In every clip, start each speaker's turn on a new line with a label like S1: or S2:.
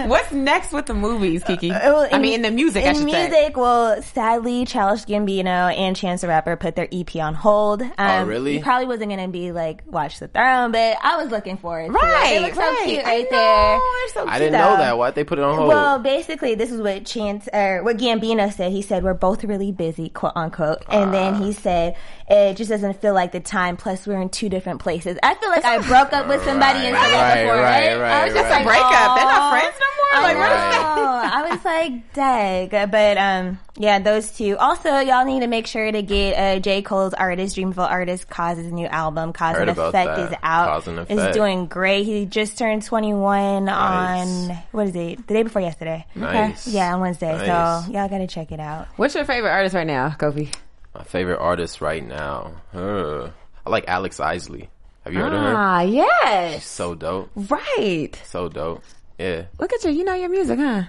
S1: with what's next with the movies, Kiki?
S2: Uh, well,
S1: I mean, the music, I
S2: in
S1: should say.
S2: music, well, sadly, Childish Gambino and Chance the Rapper put their EP on hold. Um,
S3: really?
S2: You probably wasn't gonna be like Watch the Throne, but I was looking forward. to it.
S1: Right,
S2: it looks
S1: right.
S2: so cute
S1: I
S2: right
S1: know,
S2: there.
S1: Oh, it's so
S3: I didn't
S2: though.
S3: know that. Why'd they put it on hold?
S2: Well, basically, this is what Chance or what Gambino said. He said we're both really busy, quote unquote. And then
S3: Ah.
S2: he said it just doesn't feel like the time. Plus, we're in two different places. I feel like I broke up with somebody and said that
S3: Right,
S2: before,
S3: right,
S2: right? I was
S3: right,
S2: just
S3: right.
S2: like,
S1: Breakup. They're
S2: "Aw."
S1: not friends no more.
S2: I
S1: Like, what is that?
S2: know. I was like, dang. But um, yeah, those two. Also, y'all need to make sure to get uh, J. Cole's artist, Dreamville artist, Cause's new album. Cause
S3: Heard
S2: and
S3: about
S2: Effect
S3: that.
S2: is out.
S3: Cause and Effect.
S2: It's doing great. He just turned 21
S3: Nice.
S2: on, what is it? The day before yesterday.
S3: Nice.
S2: Okay. Yeah, on Wednesday.
S3: Nice.
S2: So y'all got to check it out.
S1: What's your favorite artist right now, Kofi?
S3: My favorite artist right now. Huh. I like Alex Isley. Have you heard of her?
S1: Ah, yes.
S3: So dope.
S1: Right.
S3: So dope. Yeah.
S1: Look at you. You know your music, huh?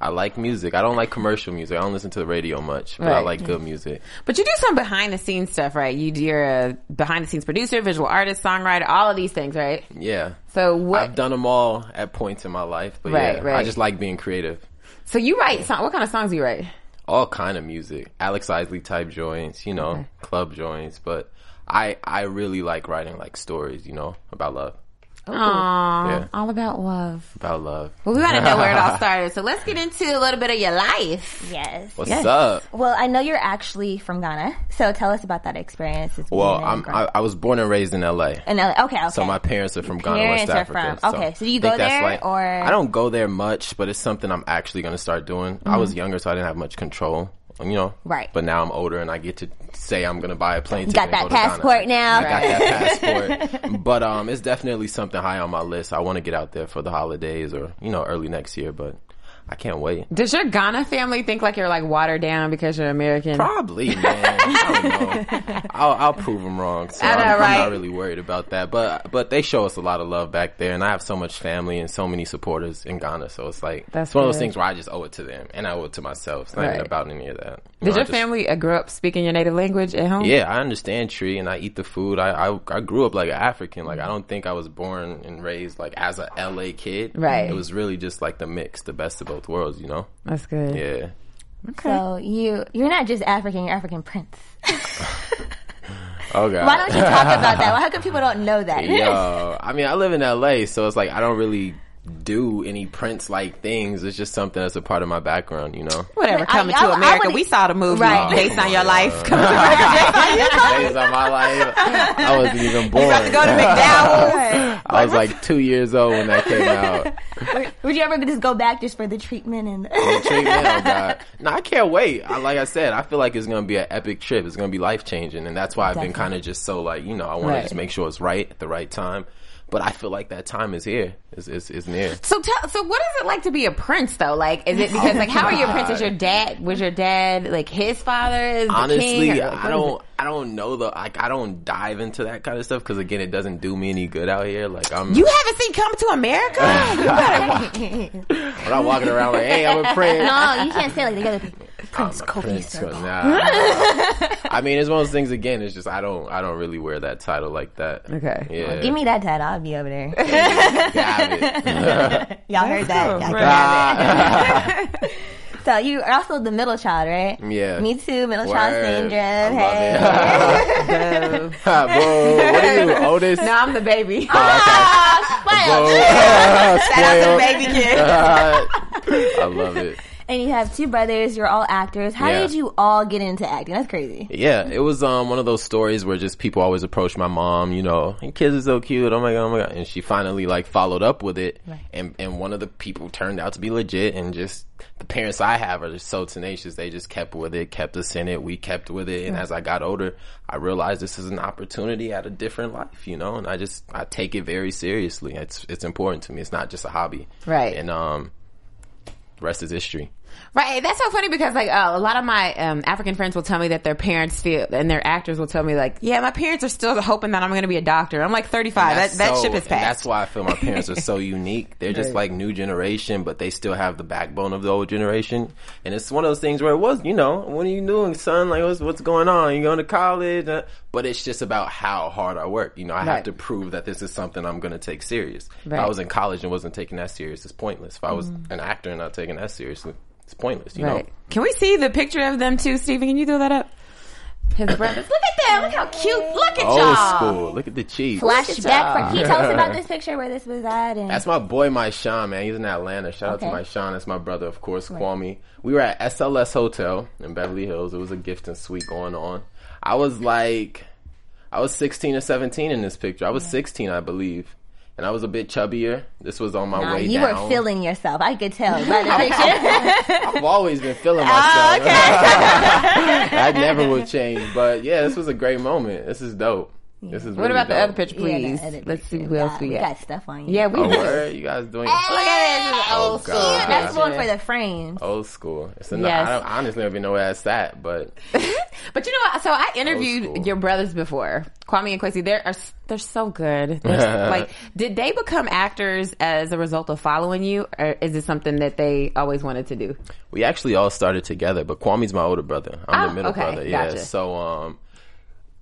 S3: I like music. I don't like commercial music. I don't listen to the radio much, but I
S1: Right.
S3: like good music.
S1: But you do some behind the scenes stuff, right? You, you're a behind the scenes producer, visual artist, songwriter, all of these things, right?
S3: Yeah.
S1: So what?
S3: I've done them all at points in my life, but
S1: Right,
S3: yeah, I
S1: right.
S3: just like being creative.
S1: so you write song? What kind of songs do you write?
S3: All kind of music, Alex Isley type joints, you know, club joints, but I I really like writing like stories, you know, about love,
S1: Aw,
S2: Oh.
S3: Yeah.
S1: all about love.
S3: about love.
S1: Well, we gotta know where it all started. So let's get into a little bit of your life.
S2: Yes.
S3: What's
S1: Yes.
S3: up?
S2: Well, I know you're actually from Ghana, so tell us about that experience. It's
S3: Well,
S2: been
S3: I'm,
S2: great.
S3: I, I was born and raised in LA.
S2: And I- okay, okay.
S3: So my parents are from Ghana,
S2: parents
S3: West
S2: are
S3: Africa.
S2: from- okay, so do you
S3: I think
S2: go
S3: that's
S2: there,
S3: like-
S2: or-
S3: I don't go there much, but it's something I'm actually going to start doing. I was younger, so I didn't have much control, you know.
S2: Mm-hmm. Right.
S3: But now I'm older, and I get to say I'm going to buy a plane ticket.
S2: got
S3: and
S2: that
S3: go to Ghana.
S2: passport now.
S3: I got that passport. but um, it's definitely something high on my list. I want to get out there for the holidays, or you know, early next year. But I can't wait.
S1: Does your Ghana family think like you're like watered down because you're American?
S3: Probably, man. I don't know. I'll, I'll prove them wrong. So
S1: I know,
S3: I'm, I'm
S1: right?
S3: not really worried about that. But but they show us a lot of love back there, and I have so much family and so many supporters in Ghana. So it's like
S1: That's
S3: it's one of those
S1: good.
S3: things where I just owe it to them, and I owe it to myself. It's not even
S1: Right.
S3: about any of that. You
S1: Did
S3: know, I
S1: your
S3: just-
S1: family uh, grow up speaking your native language at home?
S3: Yeah, I understand tree, and I eat the food. I, I I grew up like an African. Like I don't think I was born and raised like as a LA kid.
S1: Right.
S3: It was really just like the mix, the best of both worlds. You know.
S1: That's good.
S3: Yeah.
S2: so you you're not just African, you're African prince.
S3: Oh god.
S2: Why don't you talk about that? Well, how come people don't know that?
S3: Yo, I mean, I live in LA, so it's like I don't really do any Prince like things. It's just something that's a part of my background, you know.
S1: Whatever.
S2: But I-
S1: Coming
S2: I-
S1: to
S2: I
S1: America,
S2: wanna-
S1: we saw the movie
S2: Right. Oh,
S1: based
S3: come
S1: on your
S3: on.
S1: life. Coming to America,
S3: Days of my life, I wasn't even born.
S1: about to go to McDowell's.
S3: I was like two years old when that came out.
S2: Would you ever just go back just for the treatment and the
S3: Treatment, oh god! No, I can't wait. I, like I said, I feel like it's gonna be an epic trip. It's gonna be life changing, and that's why I've been kind of just so like you know I want
S1: Right.
S3: to just make sure it's right at the right time. But I feel like that time is here. It's, it's, it's near.
S1: So tell, so what is it like to be a prince though? Like, is it because like how are your princes? Your dad was your dad like his father is the
S3: honestly
S1: king? or, like,
S3: i
S1: what is
S3: don't i don't know the like i don't dive into that kind of stuff because again it doesn't do me any good out here like i'm
S1: it? You haven't seen Come to America? You better-
S3: i'm not walking around like hey i'm a prince
S2: No, you can't say like they gotta be Prince Kofi
S3: Prince,
S2: Sir.
S3: nah, nah. I mean, it's one of those things. Again, it's just I don't, I don't really wear that title like that.
S1: Okay.
S3: yeah,
S2: Give me that title, I'll be over there.
S3: Got it.
S2: Y'all heard that. Y'all
S1: Right.
S2: So you are also the middle child, right?
S3: Yeah.
S2: Me too, middle child
S3: Word.
S2: syndrome.
S3: I love
S2: Hey.
S3: it. Boo. What are you, oldest?
S1: no, I'm the baby.
S3: Oh, Boo.
S1: I'm the
S3: Spoiled.
S1: baby kid.
S3: I love it.
S2: And you have two brothers, you're all actors. How
S3: Yeah.
S2: did you all get into acting? That's crazy.
S3: Yeah, it was um one of those stories where just people always approach my mom, you know, your kids are so cute, oh my god, oh my god, and she finally like followed up with it, and and one of the people turned out to be legit, and just the parents I have are just so tenacious, they just kept with it, kept us in it, we kept with it, and as I got older, I realized this is an opportunity at a different life, you know, and I just I take it very seriously. It's it's important to me. It's not just a hobby,
S1: Right.
S3: And um, the rest is history.
S1: Right. That's so funny because like uh, a lot of my um, African friends will tell me that their parents feel and their actors will tell me like, yeah, my parents are still hoping that I'm going to be a doctor. I'm like 35. That,
S3: That's
S1: Ah, that
S3: so-
S1: ship is
S3: and
S1: past.
S3: That's why I feel my parents are so unique. They're just like new generation, but they still have the backbone of the old generation. And it's one of those things where it was, you know, what are you doing, son? Like, what's, what's going on? You going to college? Uh, But it's just about how hard I work. You know, I
S1: Right.
S3: have to prove that this is something I'm going to take serious. If
S1: Right. Mm-hmm.
S3: I was in college and wasn't taking that serious, it's pointless. If I was an actor and not taking that seriously, it's It's pointless, you
S1: Right.
S3: know.
S1: Can we see the picture of them too, Stephen? Can you throw that up? His brothers. Look at them. Look how cute. Look at
S3: Old
S1: y'all.
S3: school. Look at the cheeks.
S2: Flashback. For, can you tell us about this picture where this was at? And
S3: That's my boy, my Sean, man. He's in Atlanta. Shout out
S2: Okay.
S3: to my Sean. That's my brother, of course, Kwame. We were at SLS Hotel in Beverly Hills. It was a gift and suite going on. I was like, I was 16 or 17 in this picture. I was 16, I believe. And I was a bit chubbier. This was on my
S2: Nah,
S3: way
S2: uh, you
S3: down.
S2: were feeling yourself. I could tell by the picture.
S3: I've always been feeling
S1: Oh,
S3: myself. that never will change. But yeah, this was a great moment. This is dope. This is
S1: What
S3: really
S1: about the
S3: dope.
S1: other picture,
S2: Yeah,
S1: please?
S2: the other
S1: Let's see
S2: picture.
S1: who else
S2: God,
S1: we got.
S2: got stuff on you.
S1: Yeah, we
S3: Oh, word? You guys doing
S1: look at this
S3: Oh,
S1: old school.
S3: God.
S2: That's one for
S1: picture.
S2: the frames.
S3: old school? It's another,
S1: Yes.
S3: I, don't, I honestly don't even know where that's at, but
S1: But you know what? So I
S3: Old
S1: interviewed
S3: school.
S1: your brothers before, Kwame and Quincy. They're are, they're so good. They're s- like, did they become actors as a result of following you, or is it something that they always wanted to do?
S3: We actually all started together, but Kwame's my older brother. I'm
S1: Oh,
S3: the middle
S1: okay.
S3: brother. Yeah.
S1: Gotcha.
S3: So um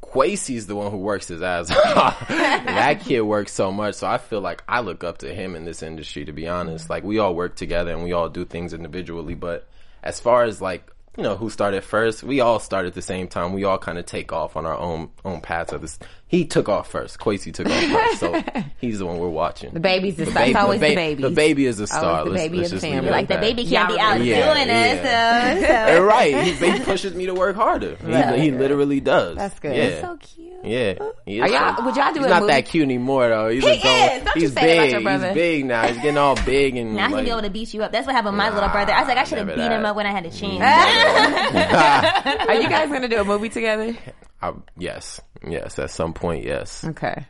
S3: Quasi's the one who works his ass off. that kid works so much, so I feel like I look up to him in this industry to be honest. Like we all work together and we all do things individually, but as far as like you know who started first? We all started at the same time. We all kind of take off on our own own paths. Of this, he took off first. Quasi took off first, so he's the one we're watching.
S1: The babies is it's always the
S3: ba-
S1: babies.
S3: The baby is a star.
S1: the
S3: let's,
S1: baby of
S3: let's
S1: the
S3: just leave
S1: family.
S3: it
S1: Like
S3: at
S2: The
S3: that.
S2: baby can't be out
S3: Yeah,
S2: doing
S3: yeah.
S2: this. So, so.
S3: You're right. He, he pushes me to work harder. He- He, literally does. That's
S1: good.
S3: Yeah.
S2: so cute.
S3: yeah. He
S1: Are
S3: is
S1: y'all-
S3: so-
S1: would y'all do
S3: He's
S1: a
S3: not
S1: movie-
S3: that cute anymore though. He's
S1: He
S3: a grown-
S1: is. Don't you
S3: he's
S1: say that about
S3: big.
S1: your brother.
S3: He's big now. He's getting all big and
S2: Now he's gonna
S3: like,
S2: be able to beat you up. That's what happened with my little brother. I was like, I should have
S3: never
S2: beat
S3: that.
S2: him up when I had a chance.
S1: Are you guys going to do a movie together?
S3: I- yes, yes. At some point, yes.
S1: Okay,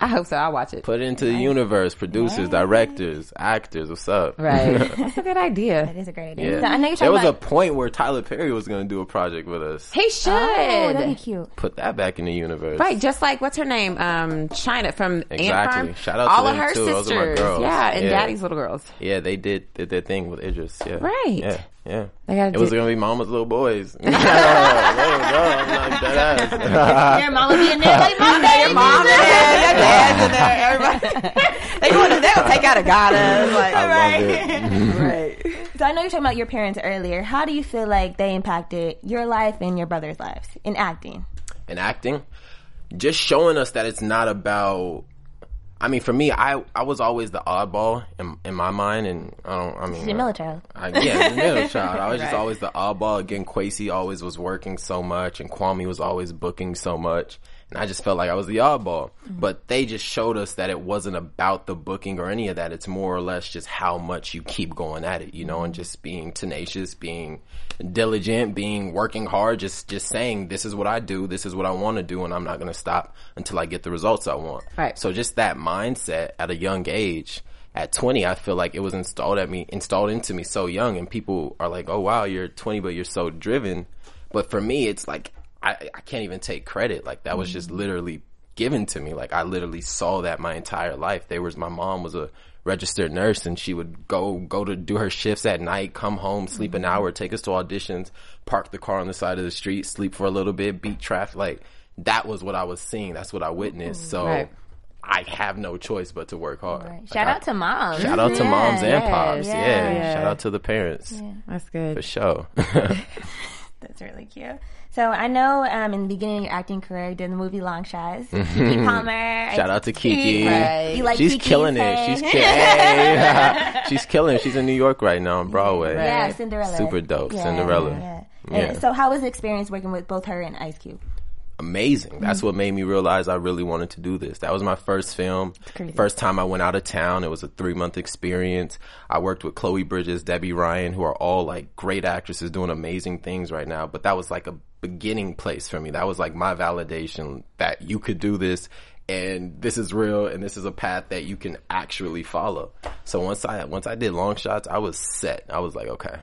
S1: I hope so. I'll watch it.
S3: Put it into the universe. Producers, directors, actors. What's up?
S1: Right, that's a good idea.
S2: That is a great idea.
S3: Yeah.
S2: So I know
S3: there
S2: you're talking
S3: was
S2: about.
S3: a point where Tyler Perry was going to do a project with us.
S1: He should.
S2: oh, that'd be cute.
S3: Put that back in the universe.
S1: Right, just like what's her name, um, China from Ant
S3: Exactly.
S1: Farm.
S3: Shout out to
S1: all of
S3: them,
S1: her
S3: too. Those are my
S1: sisters,
S3: girls.
S1: yeah, and
S3: Yeah.
S1: Daddy's little girls.
S3: Yeah, they did, did their thing with Idris. Yeah.
S1: Right.
S3: Yeah. Yeah.
S1: They gotta
S3: it was
S1: do-
S3: gonna be Mama's Little Boys. no, no, no, I'm not dead ass.
S2: Your mama being there like my baby.
S1: They gonna they'll take out a goddess. Like,
S3: I love it.
S2: So I know you're talking about your parents earlier. How do you feel like they impacted your life and your brother's lives in acting?
S3: And acting, just showing us that it's not about. I mean, for me, I I was always the oddball in in my mind, and I don't. I mean,
S2: The military.
S3: I, yeah, the middle child. I was just always the oddball. Again, Quasi always was working so much, and Kwame was always booking so much. And I just felt like I was the oddball. But they just showed us that it wasn't about the booking or any of that. It's more or less just how much you keep going at it, you know, and just being tenacious, being diligent, being working hard, just just saying this is what I do, this is what I want to do, and I'm not going to stop until I get the results I want.
S1: Right.
S3: So just that mindset at a young age at 20 i feel like it was installed at me installed into me so young and people are like oh wow you're 20 but you're so driven but for me it's like i, I can't even take credit like that was just literally given to me like i literally saw that my entire life there was my mom was a registered nurse and she would go go to do her shifts at night come home sleep an hour take us to auditions park the car on the side of the street sleep for a little bit beat traffic like that was what i was seeing that's what i witnessed so
S1: Right.
S3: I have no choice but to work hard. Like,
S2: Shout
S3: I-
S2: out to moms.
S3: uh, shout out to moms and
S1: yes,
S3: pops. Yeah.
S2: yeah.
S3: shout out to the parents
S1: that's
S3: for
S1: good.
S3: sure.
S2: That's really cute. So I know um, in the beginning of your acting career, you did the movie Long Shots. Kiki Palmer.
S3: shout out to Kiki.
S1: Right.
S2: You like
S3: She's
S2: Kiki's
S3: killing
S2: hair?
S3: it. She's ki- hey. She's killing. it. She's in New York right now on Broadway.
S2: Yeah, Cinderella.
S3: Super dope,
S2: Yeah,
S3: Cinderella.
S2: Yeah. And
S3: Yeah.
S2: So how was the experience working with both her and Ice Cube?
S3: amazing. That's what made me realize I really wanted to do this. That was my first film.
S2: crazy.
S3: First time I went out of town. It was a three month experience. I worked with Chloe Bridges, Debbie Ryan, who are all like great actresses doing amazing things right now. But that was like a beginning place for me. That was like my validation that you could do this and this is real and this is a path that you can actually follow. So once I once I did long shots, I was set. I was like, okay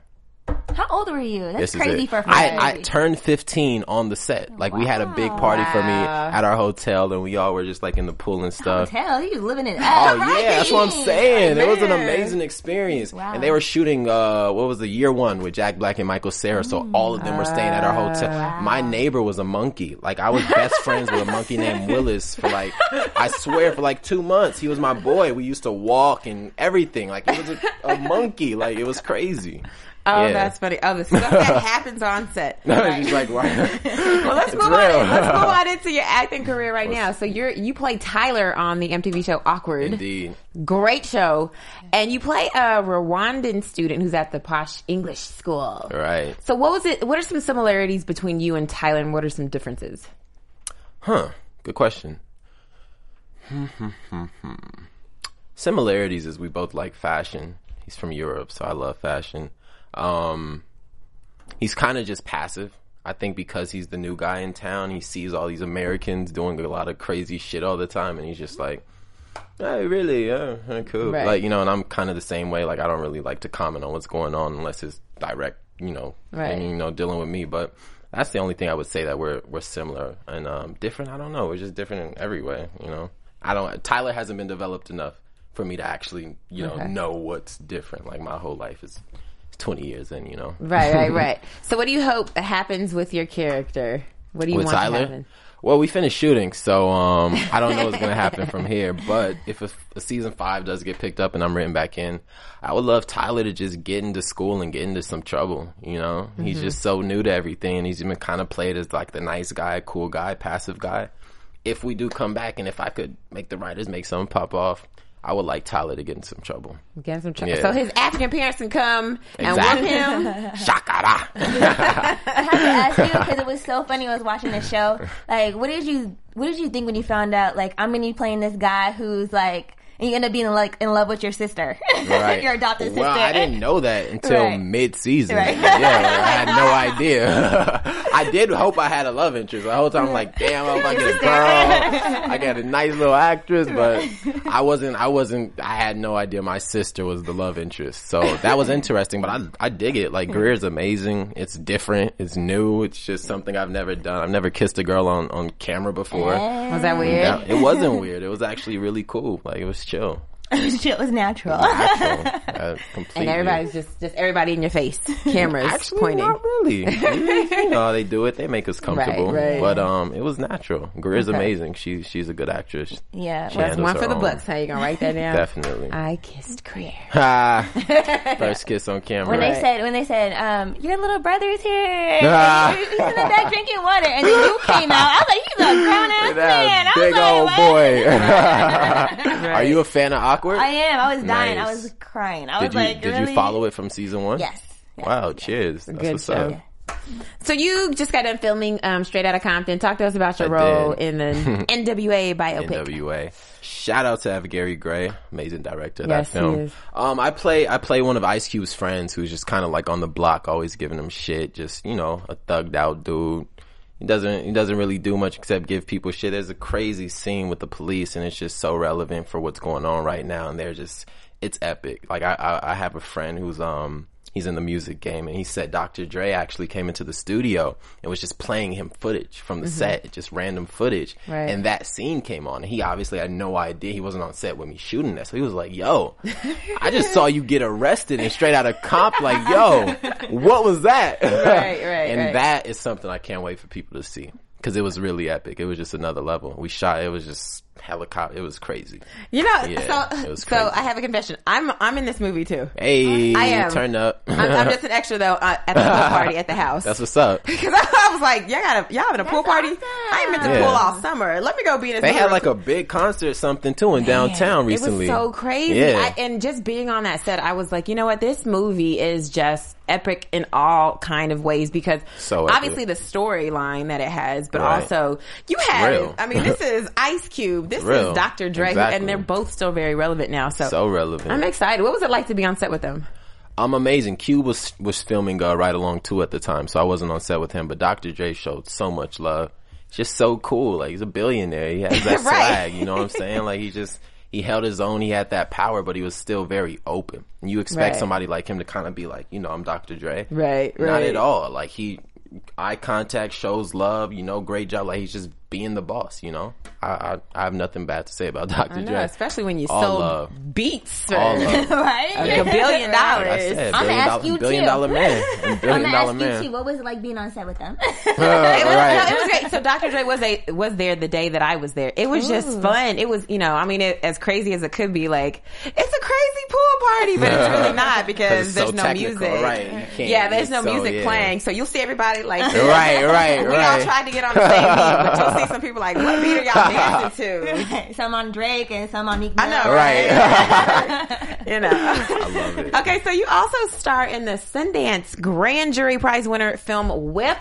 S2: How old were you? That's
S3: this
S2: crazy
S3: is it.
S2: for a first
S3: I, I
S2: movie.
S3: turned 15 on the set. Like we had a big party for me at our hotel, and we all were just like in the pool and stuff.
S2: Hell, he was living it
S3: Oh
S2: up.
S3: yeah, that's what I'm
S2: Right.
S3: saying. It was an
S2: Man.
S3: amazing experience.
S2: Wow.
S3: And they were shooting uh what was the year one with Jack Black and Michael Sarah, so all of them were staying at our hotel. My neighbor was a monkey. Like I was best friends with a monkey named Willis for like I swear for like two months. He was my boy. We used to walk and everything. Like he was a, a monkey. Like it was crazy.
S1: Oh,
S3: Yeah.
S1: that's funny. Oh, the stuff that happens on set. Right.
S3: She's like, why?
S1: well, let's move on.
S3: real.
S1: In, let's move on into your acting career right now. So you're you play Tyler on the MTV show Awkward.
S3: Indeed.
S1: Great show, and you play a Rwandan student who's at the posh English school.
S3: Right.
S1: So what was it? What are some similarities between you and Tyler, and what are some differences?
S3: Huh. Good question. Similarities is we both like fashion. He's from Europe, so I love fashion. Um, he's kind of just passive. I think because he's the new guy in town, he sees all these Americans doing a lot of crazy shit all the time, and he's just like, "Hey, really? Yeah, huh, cool."
S1: Right.
S3: Like you know, and I'm kind of the same way. Like I don't really like to comment on what's going on unless it's direct, you know,
S1: Right.
S3: and, you know, dealing with me. But that's the only thing I would say that we're we're similar and um, different. I don't know. We're just different in every way. You know, I don't. Tyler hasn't been developed enough for me to actually, you know, know what's different. Like my whole life is. it's 20 years in, you know.
S1: Right, right, right. so what do you hope happens with your character? What do you
S3: with
S1: want to
S3: Tyler.
S1: happen?
S3: Well, we finished shooting, so um, I don't know what's going to happen from here. But if a, a season five does get picked up and I'm written back in, I would love Tyler to just get into school and get into some trouble. You know, he's just so new to everything, and he's been kind of played as like the nice guy, cool guy, passive guy. If we do come back, and if I could make the writers make something pop off, I would like Tyler to get in some trouble.
S1: Get him some trouble.
S3: Yeah.
S1: So his African parents can come
S3: Exactly.
S1: and whoop him.
S3: Shakara.
S2: have to ask you because it was so funny. I was watching the show. Like, what did you what did you think when you found out? Like, I'm gonna be playing this guy who's like, and you end up being like in love with your sister,
S3: Right.
S2: your adopted sister.
S3: Well, I didn't know that until
S2: Right.
S3: mid season.
S2: Right.
S3: Yeah, I had no idea. I did hope I had a love interest. The whole time I'm like, damn, I hope I get a girl. I got a nice little actress, but I wasn't. I wasn't. I had no idea my sister was the love interest. So that was interesting. But I, I dig it. Like Greer's amazing. It's different. It's new. It's just something I've never done. I've never kissed a girl on on camera before.
S1: Was that weird?
S3: Yeah, it wasn't weird. It was actually really cool. Like it was chill.
S2: Shit was natural.
S3: Actual. Uh,
S1: And
S3: completely.
S1: everybody's just just everybody in your face, cameras pointing.
S3: Not really. you know, they do it. They make us comfortable.
S1: right.
S3: But um, it was natural. Greer's amazing. She she's a good actress.
S2: Yeah,
S3: She
S2: well,
S3: handles
S1: One
S3: her
S1: for the
S3: own.
S1: books. Uh, How you gonna write that down?
S3: Definitely.
S1: I kissed Greer.
S3: Ah, First kiss on camera.
S2: When they
S1: Right.
S2: said, when they said, um, your little brother's here,
S3: Ah.
S2: he's in the back drinking water, and then you came out. I was like, he's a grown ass man.
S3: That
S2: I was
S3: big
S2: like,
S3: old
S2: what?
S3: boy. Are you a fan of Awkward?
S2: I am. I was dying. I
S3: Nice.
S2: was crying. I
S3: did
S2: was
S3: you
S2: like,
S3: did
S2: really?
S3: you follow it from season one?
S2: Yes. yes.
S3: Wow, cheers. That's
S1: Good
S3: what's
S1: show.
S3: up.
S1: So you just got done filming um, Straight Outta Compton. Talk to us about your
S3: I
S1: role
S3: did.
S1: in the NWA biopic.
S3: NWA. Shout out to F. Gary Gray, amazing director of
S1: Yes,
S3: that
S1: he
S3: film.
S1: is.
S3: Um, I play I play one of Ice Cube's friends who's just kind of like on the block, always giving him shit. Just you know, a thugged out dude. He doesn't he doesn't really do much except give people shit. There's a crazy scene with the police, and it's just so relevant for what's going on right now. And they're just it's epic. Like I I, I have a friend who's um. He's in the music game, and he said Dr. Dre actually came into the studio and was just playing him footage from the set, just random footage.
S1: Right.
S3: And that scene came on. and He obviously had no idea he wasn't on set with me shooting that. So he was like, yo, I just saw you get arrested and straight out of comp. Like, yo, what was that?
S1: Right, right,
S3: and
S1: right.
S3: that is something I can't wait for people to see. Cause it was really epic. It was just another level. We shot, it was just helicopter. It was crazy.
S1: You know,
S3: Yeah, it
S1: so
S3: was
S1: so
S3: crazy.
S1: I have a confession. I'm I'm in this movie too.
S3: Hey,
S1: I am.
S3: turn up.
S1: I'm, I'm just an extra though uh, at the pool party at the house.
S3: That's what's up.
S1: Because I was like, y'all got a, y'all having a pool party?
S2: awesome.
S1: I ain't meant to
S3: Yeah.
S1: pool all summer. Let me go be in this.
S3: They had
S1: movie.
S3: like a big concert or something too in downtown recently.
S1: It was so crazy.
S3: Yeah.
S1: I, and just being on that set, I was like, you know what? This movie is just epic in all kind of ways because
S3: So epic.
S1: obviously the storyline that it has, but
S3: Right.
S1: also you have,
S3: Real.
S1: I mean, this is Ice Cube, this
S3: Real.
S1: is Dr. Dre,
S3: Exactly.
S1: and they're both still very relevant now. So,
S3: so relevant.
S1: I'm excited. What was it like to be on set with them?
S3: I'm amazing. Q was was filming uh, right along too at the time, so I wasn't on set with him. But Dr. Dre showed so much love. He's Just so cool. Like he's a billionaire. He has that
S1: Right.
S3: swag. You know what I'm saying? Like he just he held his own. He had that power, but he was still very open. And you expect
S1: Right.
S3: somebody like him to kind of be like, you know, I'm Dr. Dre.
S1: Right,
S3: Not
S1: right.
S3: at all. Like he eye contact shows love. You know, great job. Like he's just being the boss. You know, I I, I have nothing bad to say about Dr.
S1: I know,
S3: Dre.
S1: especially when you
S3: All
S1: sold
S3: love.
S1: beats for
S3: All love.
S2: right?
S1: a billion
S3: Like I
S1: dollars.
S3: said,
S2: I'ma
S3: billion
S2: ask
S3: dollar-
S2: you
S3: billion
S2: too.
S3: dollar man, and
S2: I'm
S3: billion
S2: gonna
S3: dollar
S2: ask you too.
S3: man.
S2: E What was it like being on set with them?
S3: Uh,
S1: It was, no, it
S3: right.
S1: was great. So Dr. Dre was a was there the day that I was there. It was just fun. It was, you know, I mean, it, as crazy as it could be, like it's a crazy pool party, but it's really not because
S3: it's
S1: there's
S3: so
S1: no
S3: technical,
S1: music.
S3: right. You can't-
S1: Yeah, there's no
S3: so,
S1: music
S3: yeah.
S1: playing, so you'll see everybody like.
S3: Right, right,
S1: We
S3: right.
S1: all tried to get on the same beat, but you'll see some people like, "What beat are y'all dancing to?"
S2: some on Drake and some on Meek
S1: I know,
S2: Mill.
S3: right.
S1: You know.
S3: I love it.
S1: Okay, so you also star in the Sundance Grand Jury Prize winner film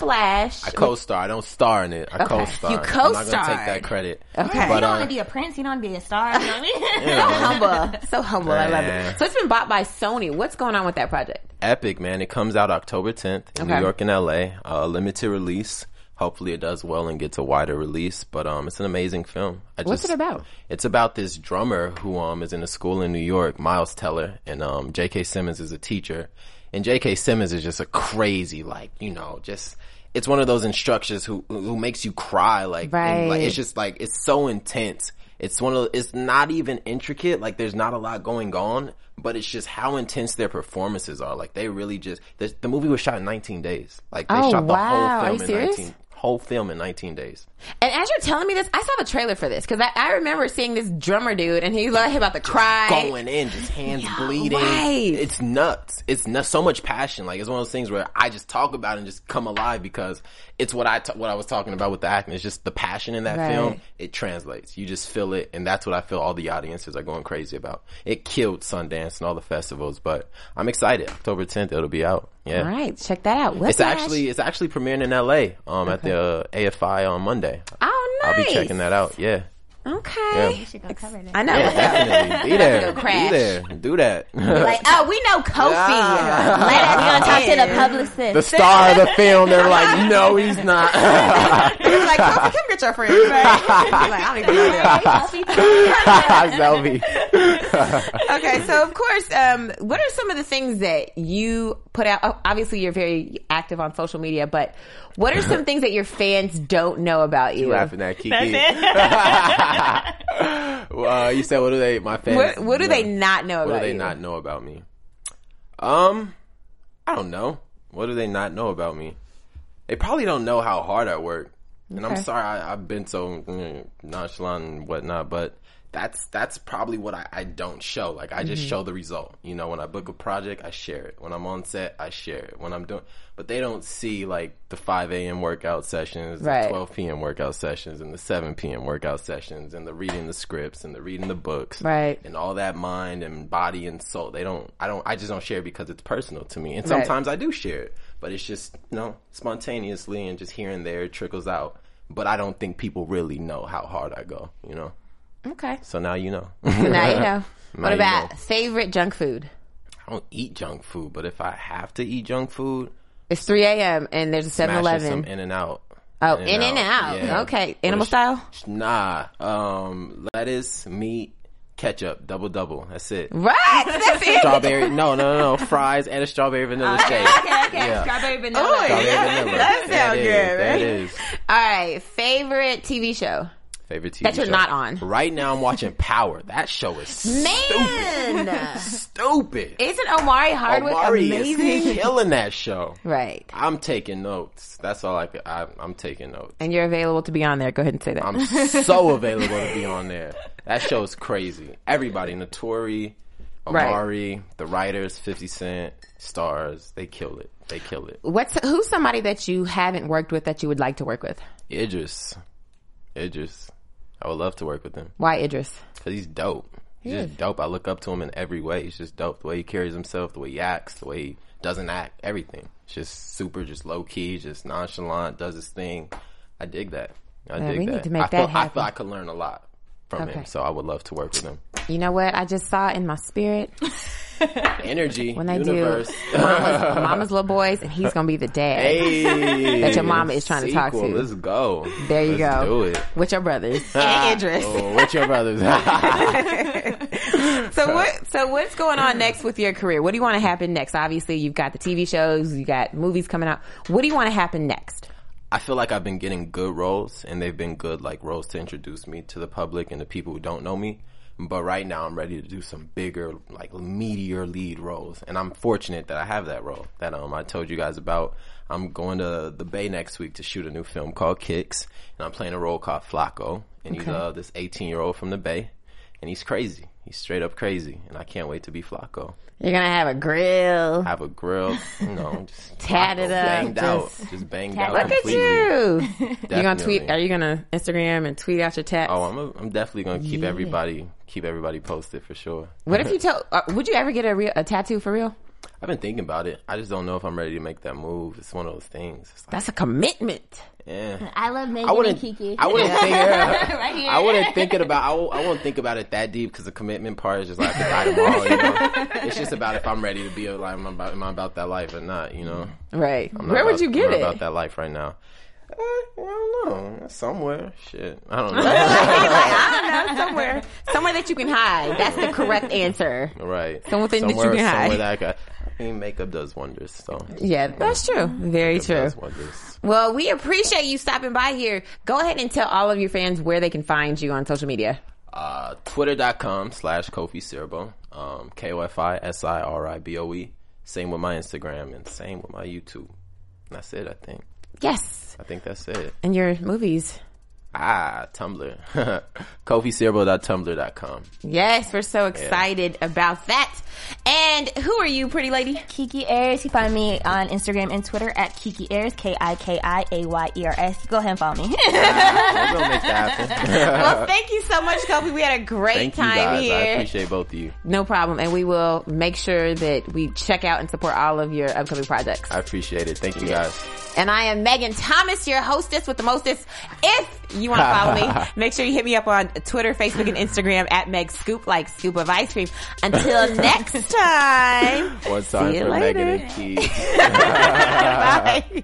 S1: Whiplash.
S3: I co-star. I don't star in it. I co-star.
S1: You
S3: I'm not gonna take
S1: co-starred.
S3: that credit.
S1: Okay.
S2: You
S3: But,
S2: don't
S3: uh,
S2: want to be a prince. You don't want to be a star. You know what I mean?
S1: so humble, so humble. I love
S3: Man.
S1: it. So it's been bought by Sony. What's going on with that project?
S3: epic, man. It comes out October 10th in
S1: Okay.
S3: New York and LA. Uh, limited release. Hopefully it does well and gets a wider release, but um, it's an amazing film. I
S1: What's it about?
S3: It's about this drummer who um is in a school in New York, Miles Teller, and um J.K. Simmons is a teacher, and J.K. Simmons is just a crazy like you know just it's one of those instructors who who makes you cry like, and, like
S1: Right.
S3: it's just like it's so intense. It's one of it's not even intricate. Like there's not a lot going on, but it's just how intense their performances are. Like they really just the, the movie was shot in 19 days. Like they
S1: Oh,
S3: shot the
S1: wow. Are
S3: whole
S1: you
S3: film in
S1: serious?
S3: 19 whole film in 19 days.
S1: And as you're telling me this, I saw the trailer for this because I, I remember seeing this drummer dude, and he like he about to cry.
S3: going in, just hands bleeding.
S1: right.
S3: It's nuts. It's nuts. So much passion. Like it's one of those things where I just talk about it and just come alive because it's what I t- what I was talking about with the acting. It's just the passion in that
S1: Right.
S3: film. It translates. You just feel it, and that's what I feel. All the audiences are going crazy about. It killed Sundance and all the festivals, but I'm excited. October 10th, it'll be out. Yeah.
S1: All right, check that out. Whiplash.
S3: It's actually it's actually premiering in LA um at the uh, AFI on Monday.
S1: oh nice.
S3: I'll be checking that out. Yeah,
S1: Okay,
S3: Yeah.
S2: She gonna cover that.
S1: I know.
S3: definitely be there.
S1: go crash.
S3: Be there. Do that.
S2: Like, oh, we know Kofi. Let us we gonna talk to the publicist.
S3: the star of the film. They're like, no, he's not.
S1: He's like, Kofi, come get your friend. Right? He's like, I don't even know them.
S3: Zelby.
S1: Okay, so of course, um, what are some of the things that you put out? oh, Obviously, you're very active on social media, but what are some things that your fans don't know about you?
S3: Laughing at Kiki. well, uh, you said, what do they, my fans?
S1: What, what do
S3: know?
S1: they not know about
S3: What do they
S1: you?
S3: not know about me? Um, I don't know. What do they not know about me? They probably don't know how hard I work. And I'm sorry I, I've been so mm, nonchalant and whatnot, but that's that's probably what I, I don't show. Like I
S1: Mm-hmm.
S3: just show the result. You know, when I book a project, I share it. When I'm on set, I share it. When I'm doing, but they don't see like the 5 a.m. workout sessions,
S1: Right.
S3: the 12 p.m. workout sessions, and the 7 p.m. workout sessions, and the reading the scripts and the reading the books,
S1: Right.
S3: and all that mind and body and soul. They don't. I don't. I just don't share it because it's personal to me. And
S1: Right.
S3: sometimes I do share it, but it's just you know spontaneously and just here and there it trickles out. But I don't think people really know how hard I go. You know.
S1: Okay,
S3: So now you know.
S1: so now you know.
S3: Now
S1: what
S3: you
S1: about
S3: know.
S1: favorite junk food?
S3: I don't eat junk food, but if I have to eat junk food,
S1: It's 3 a.m. and there's a 7
S3: smash in some
S1: Eleven.
S3: In and Out.
S1: Oh, in and out. Okay, animal style.
S3: Nah, um, lettuce, meat, ketchup, double double. That's it.
S1: Right, that's it.
S3: strawberry. No, no, no, no. Fries and a strawberry vanilla shake.
S2: okay, okay.
S3: Yeah.
S2: Strawberry
S1: Oh,
S2: vanilla.
S3: Strawberry
S1: yeah,
S3: vanilla.
S1: that sounds
S3: That is,
S1: good,
S3: That
S1: right?
S3: is
S1: All right, favorite TV show.
S3: favorite TV.
S1: That you're
S3: show.
S1: not on.
S3: Right now, I'm watching Power. That show is
S1: Man,
S3: stupid.
S1: isn't Omari Hardwick
S3: Omari
S1: amazing?
S3: is killing that show.
S1: right,
S3: I'm taking notes. That's all I. could- I I'm taking notes.
S1: and you're available to be on there. Go ahead and say that.
S3: I'm so available to be on there. That show is crazy. Everybody, Notori,
S1: Right.
S3: Omari, the writers, 50 Cent, Stars, they kill it. They kill it.
S1: What's who's somebody that you haven't worked with that you would like to work with?
S3: Idris. Idris. I would love to work with him.
S1: Why Idris?
S3: Cause he's dope. He's just dope. I look up to him in every way. He's just dope. The way he carries himself, the way he acts, the way he doesn't act, everything. It's just super, just low key, just nonchalant, does his thing. I dig that. I dig
S1: we
S3: that.
S1: need to make
S3: I feel,
S1: that
S3: I feel
S1: happen.
S3: I could learn a lot from
S1: Okay.
S3: him, so I would love to work with him.
S1: You know what? I just saw in my spirit
S3: Energy,
S1: when they
S3: universe.
S1: do mama's, mama's little boys, and he's gonna be the dad
S3: Hey,
S1: that your mama is trying to talk
S3: sequel.
S1: to.
S3: Let's go.
S1: There you
S3: Let's
S1: go.
S3: Do it.
S1: With your brothers and Idris.
S3: Oh, what's your brothers?
S1: So what? So what's going on next with your career? What do you want to happen next? Obviously, you've got the TV shows, you got movies coming out. What do you want to happen next?
S3: I feel like I've been getting good roles and they've been good like roles to introduce me to the public and the people who don't know me. But right now I'm ready to do some bigger, like meteor lead roles. And I'm fortunate that I have that role that um I told you guys about. I'm going to the Bay next week to shoot a new film called Kicks and I'm playing a role called Flacco. And he's uh, this 18 year old from the Bay and he's crazy. He's straight up crazy. And I can't wait to be Flacco.
S1: You're gonna have a grill.
S3: Have a grill, you know, just
S1: Tatted
S3: Flacco
S1: up,
S3: banged out,
S1: just-
S3: just banged out.
S1: Look at
S3: completely.
S1: you. You're gonna
S3: Definitely.
S1: tweet? Are you gonna Instagram and tweet out your tats?
S3: Oh, I'm, a, I'm definitely gonna keep everybody keep everybody posted for sure.
S1: what if you tell? Uh, would you ever get a real a tattoo for real?
S3: I've been thinking about it. I just don't know if I'm ready to make that move. It's one of those things. It's like,
S1: That's a commitment.
S3: yeah.
S2: I love Megan
S3: I
S2: and
S3: wouldn't.
S2: Kiki.
S3: I wouldn't think.
S2: Right here.
S3: I wouldn't think it about. I, w- I won't think about it that deep because the commitment part is just like I could die tomorrow. You know? it's just about if I'm ready to be like, am I about, am I about that life or not? You know.
S1: Right.
S3: I'm not
S1: Where would
S3: about-
S1: you get
S3: I'm not
S1: it?
S3: About that life right now. Uh, I don't know. Somewhere. Shit. I don't know.
S1: somewhere, somewhere that you can hide. That's the correct answer.
S3: right.
S1: Something that you
S3: somewhere,
S1: can hide.
S3: somewhere that I, could, I mean, makeup does wonders. So.
S1: Yeah, that's true. Very true.
S3: Does wonders.
S1: Well, we appreciate you stopping by here. Go ahead and tell all of your fans where they can find you on social media.
S3: Uh, Twitter.com slash Kofi Sirbo. Um, K O F I S I R I B O E. Same with my Instagram and same with my YouTube. And That's it, I think.
S1: Yes,
S3: I think that's it.
S1: and your movies.
S3: Ah, Tumblr. KofiSirbo.tumblr.com.
S1: Yes, we're so excited about that. And who are you, pretty lady?
S2: Kiki Ayers. You find me on Instagram and Twitter at Kiki Ayers, K I K I A Y E R S. Go ahead and follow me.
S3: We're going to make that happen.
S1: well, thank you so much, Kofi. We had a great
S3: Thank you
S1: time
S3: guys.
S1: here.
S3: I appreciate both of you.
S1: no problem, and we will make sure that we check out and support all of your upcoming projects.
S3: I appreciate it. Thank you guys.
S1: And I am Megan Thomas, your hostess with the mostest. If you want to follow me, make sure you hit me up on Twitter, Facebook, and Instagram at Meg Scoop, like scoop of ice cream. Until next time,
S3: One time
S1: you
S3: for
S1: later.
S3: Megan and Keith.
S1: bye.